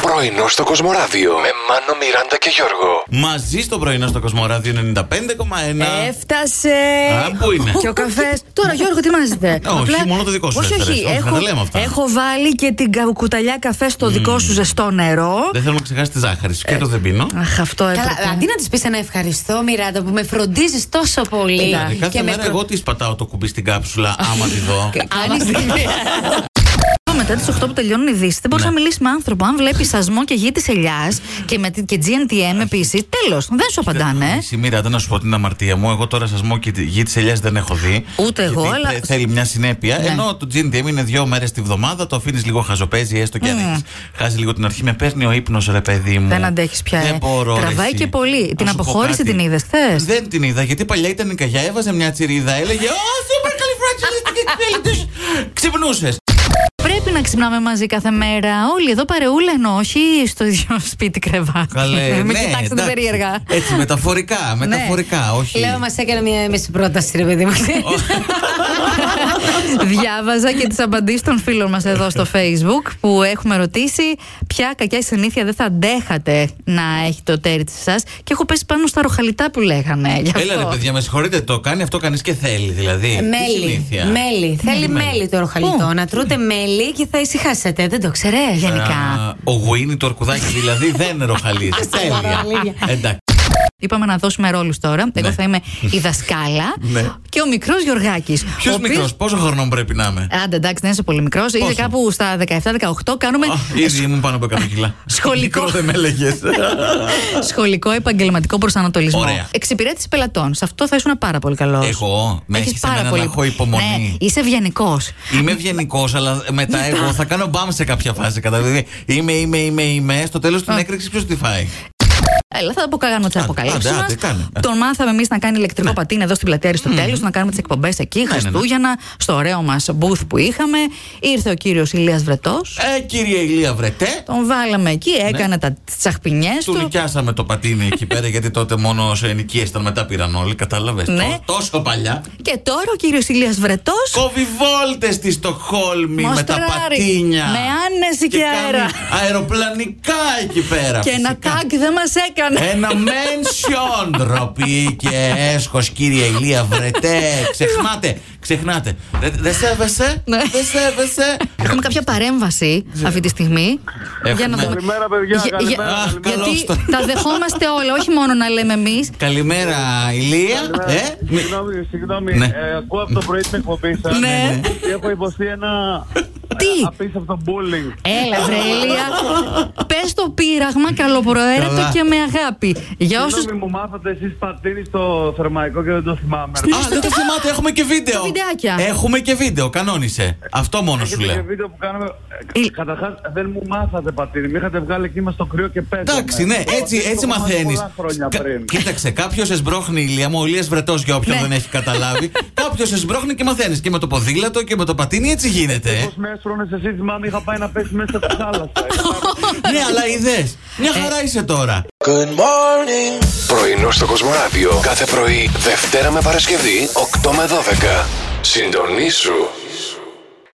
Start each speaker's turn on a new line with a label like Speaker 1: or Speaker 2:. Speaker 1: Πρωινό στο Κοσμοράδιο με Μάνο, Μιράντα και Γιώργο.
Speaker 2: Μαζί στο πρωινό στο Κοσμοράδιο 95,1.
Speaker 3: Ε, Έφτασε!
Speaker 2: Α, πού είναι? Ε,
Speaker 3: Και ο καφές. Τώρα, Γιώργο, ετοιμάζεται.
Speaker 2: Όχι, μόνο το δικό σου
Speaker 3: Όχι,
Speaker 2: έφερες.
Speaker 3: όχι.
Speaker 2: Όχι, να
Speaker 3: Έχω,
Speaker 2: τα λέμε αυτά.
Speaker 3: έχω βάλει και την κα- κουταλιά καφέ στο δικό σου ζεστό νερό.
Speaker 2: Δεν θέλω να ξεχάσει τη ζάχαρη σου. Και το δεν πίνω.
Speaker 3: Αχ, αυτό
Speaker 4: Καλά, αντί
Speaker 3: έπρεπε.
Speaker 4: να της πεις ένα ευχαριστώ, Μιράντα, που με φροντίζεις τόσο πολύ.
Speaker 2: Δηλαδή, κάθε μέρα
Speaker 4: προ-
Speaker 2: εγώ της πατάω το κουμπί στην κάψουλα, άμα τη δω.
Speaker 4: Άνοιξε.
Speaker 3: Μετά τις 8 που τελειώνουν οι ειδήσει, δεν μπορείς
Speaker 2: Ναι.
Speaker 3: να μιλήσεις με άνθρωπο. Αν βλέπεις σασμό και γη της ελιάς και, με, τη- και GNTM επίσης, τέλος, δεν σου απαντάνε.
Speaker 2: Η μοίρα, να σου πω την αμαρτία μου. Εγώ τώρα σα και τη γη της ελιάς δεν έχω δει.
Speaker 3: Ούτε
Speaker 2: Γιατί
Speaker 3: εγώ, αλλά- Ναι.
Speaker 2: θε- Θέλει μια συνέπεια. Ενώ το GNTM είναι δύο μέρες τη βδομάδα, το αφήνεις λίγο χαζοπέζι, έστω και αν έχεις Χάζει λίγο την αρχή, με παίρνει ο ύπνος, ρε παιδί μου.
Speaker 3: Ναι. Δεν αντέχεις πια,
Speaker 2: Δεν
Speaker 3: ε.
Speaker 2: μπορώ. ρε,
Speaker 3: Τραβάει
Speaker 2: εσύ.
Speaker 3: και πολύ.
Speaker 2: Να
Speaker 3: Την
Speaker 2: σου πω
Speaker 3: αποχώρηση
Speaker 2: κάτι.
Speaker 3: την είδες χθες?
Speaker 2: Δεν την είδα, γιατί παλιά ήταν η καγιά, έβαζε μια τσιρίδα, έλεγε Ω, super califragilistic Ξυπνούσε.
Speaker 3: Πρέπει να ξυπνάμε μαζί κάθε μέρα. Όλοι εδώ παρεούλα ενώ όχι στο ίδιο σπίτι κρεβάτι.
Speaker 2: Καλέ,
Speaker 3: Μην
Speaker 2: ναι,
Speaker 3: κοιτάξετε
Speaker 2: εντάξει.
Speaker 3: περίεργα. Ναι.
Speaker 2: Έτσι, μεταφορικά, μεταφορικά, όχι.
Speaker 4: Λέω, μας έκανε μια μέση πρόταση, ρε παιδί μου.
Speaker 3: Διάβαζα και τις απαντήσεις των φίλων μας εδώ στο Facebook που έχουμε ρωτήσει ποια κακιά συνήθεια δεν θα αντέχατε να έχει το τέρι της εσά. Και έχω πέσει πάνω στα ροχαλιτά που λέγανε. Γι αυτό. Ε,
Speaker 2: Έλα ρε παιδιά, με συγχωρείτε, το κάνει αυτό κανείς και θέλει, δηλαδή. Τι
Speaker 4: Μέλι.
Speaker 2: συνήθεια.
Speaker 4: Μέλι. Θέλει μέλι το ροχαλιτό.
Speaker 3: Πού?
Speaker 4: Να τρώτε μέλι και θα ησυχάσετε. Δεν το ξέρε.
Speaker 3: Γενικά.
Speaker 2: Α, Ο Γουίνι το αρκουδάκι δηλαδή δεν ροχαλίζει. Τέλεια.
Speaker 4: αλήθεια.
Speaker 2: Εντάξει.
Speaker 3: Είπαμε να δώσουμε ρόλους τώρα. Εγώ θα είμαι η δασκάλα
Speaker 2: Ναι.
Speaker 3: και ο μικρός Γιωργάκης.
Speaker 2: Ποιο μικρός, πόσο χρονών πρέπει να είμαι.
Speaker 3: Άντε εντάξει, δεν είσαι πολύ μικρός. Είδε
Speaker 2: Πόσο?
Speaker 3: κάπου στα 17-18. Κάνουμε
Speaker 2: Α, Ήδη ήμουν πάνω από 100 κιλά.
Speaker 3: Ε, Σχολικό.
Speaker 2: Μικρό δεν με έλεγες.
Speaker 3: σχολικό επαγγελματικό προσανατολισμό.
Speaker 2: Ωραία.
Speaker 3: Εξυπηρέτηση πελατών. Σε αυτό θα ήσουν πάρα πολύ καλός.
Speaker 2: Εγώ, με
Speaker 3: Έχεις
Speaker 2: έχεις εμένα να έχω
Speaker 3: Ναι,
Speaker 2: υπομονή.
Speaker 3: είσαι ευγενικός.
Speaker 2: Είμαι ευγενικός, αλλά μετά εγώ θα κάνω μπαμ σε κάποια φάση. Κατά δηλαδή είμαι, είμαι, είμαι, είμαι. Στο τέλος την έκρηξη ποιος τη φάει.
Speaker 3: Έλα, θα τα κάνουμε τι
Speaker 2: Άντε,
Speaker 3: αποκαλύψει.
Speaker 2: άντε, άντε, κάνε. Ναι.
Speaker 3: Τον μάθαμε εμείς να κάνει ηλεκτρικό πατίν εδώ στην πλατεία Αριστοτέλους, να κάνουμε τις εκπομπές εκεί, Χριστούγεννα, στο ωραίο μας booth που είχαμε. Ήρθε ο κύριος Ηλίας Βρετός.
Speaker 2: Ε, κύριε Ηλία, βρετέ.
Speaker 3: Τον βάλαμε εκεί, έκανε τα τσαχπινιές
Speaker 2: Ναι. Του
Speaker 3: του.
Speaker 2: νοικιάσαμε το πατίνι εκεί πέρα γιατί τότε μόνο σε ενοικίες ήταν μετά πήραν όλοι. Κατάλαβες.
Speaker 3: Ναι.
Speaker 2: Τόσο παλιά.
Speaker 3: Και τώρα ο κύριος Ηλίας Βρετός.
Speaker 2: Κόβει βόλτες στη Στοχόλμη με τα
Speaker 3: Μοστράρι.
Speaker 2: πατίνια.
Speaker 3: Με άνεση και
Speaker 2: κάνει
Speaker 3: αέρα.
Speaker 2: Αεροπλανικά εκεί πέρα.
Speaker 3: Και ένα
Speaker 2: φυσικά.
Speaker 3: τάγκ δεν μας έκανε.
Speaker 2: Ένα mention, ντροπή και έσχος κύριε Ηλία βρετέ Ξεχνάτε, ξεχνάτε Ρε, Δεν σέβεσαι,
Speaker 3: Ναι.
Speaker 2: δεν σέβεσαι
Speaker 3: Έχουμε κάποια παρέμβαση αυτή τη στιγμή.
Speaker 2: Ναι. Έχουμε.
Speaker 3: δούμε.
Speaker 5: Καλημέρα, παιδιά, καλημέρα,
Speaker 2: καλημέρα.
Speaker 3: γιατί
Speaker 2: Καλώς το.
Speaker 3: τα δεχόμαστε όλα, όχι μόνο να λέμε εμείς.
Speaker 2: Καλημέρα Ηλία ε, μη-
Speaker 5: Συγγνώμη, συγγνώμη.
Speaker 2: Ναι.
Speaker 5: Ε, ακούω από το πρωί την εκπομπή σας.
Speaker 3: Ναι.
Speaker 5: Και έχω υποστεί ένα.
Speaker 3: Τι?
Speaker 5: ε, Απίστευτο bullying.
Speaker 3: Έλα, βρε Ηλία. Πες το πείραγμα καλοπροαίρετο
Speaker 2: Καλά.
Speaker 3: και με αγάπη.
Speaker 2: Ε,
Speaker 3: Για όσου.
Speaker 5: Συγγνώμη, μου μάθατε εσείς πατήρι στο θερμαϊκό και δεν το θυμάμαι.
Speaker 2: Α, δεν το θυμάται, έχουμε και βίντεο.
Speaker 3: βιντεάκια.
Speaker 2: Έχουμε και βίντεο, κανόνισε. Αυτό μόνος σου
Speaker 5: Έχετε και
Speaker 2: λέω.
Speaker 5: βίντεο που κάναμε.
Speaker 3: Ε.
Speaker 5: Καταρχάς, δεν μου μάθατε πατήρι. Με είχατε βγάλει εκεί μας στο κρύο και πέταγε.
Speaker 2: Εντάξει, ναι, έτσι, έτσι μαθαίνεις.
Speaker 5: Πολλά χρόνια πριν.
Speaker 2: Κοίταξε, κάποιος εσμπρώχνει ηλία μου, ο ηλία βρετός για όποιον
Speaker 3: Ναι.
Speaker 2: δεν έχει καταλάβει. κάποιος εσμπρώχνει και μαθαίνεις και με το ποδήλατο και με το πατίνι, έτσι γίνεται. ε.
Speaker 5: Πώς με έσφρονε εσύ, θυμάμαι, είχα πάει να πέσει μέσα στη θάλασσα.
Speaker 2: ναι, αλλά είδε. Μια χαρά είσαι τώρα.
Speaker 1: Πρωινό στο Κοσμοράδιο κάθε πρωί, Δευτέρα με Παρασκευή, 8 με 12. Συντονίσου.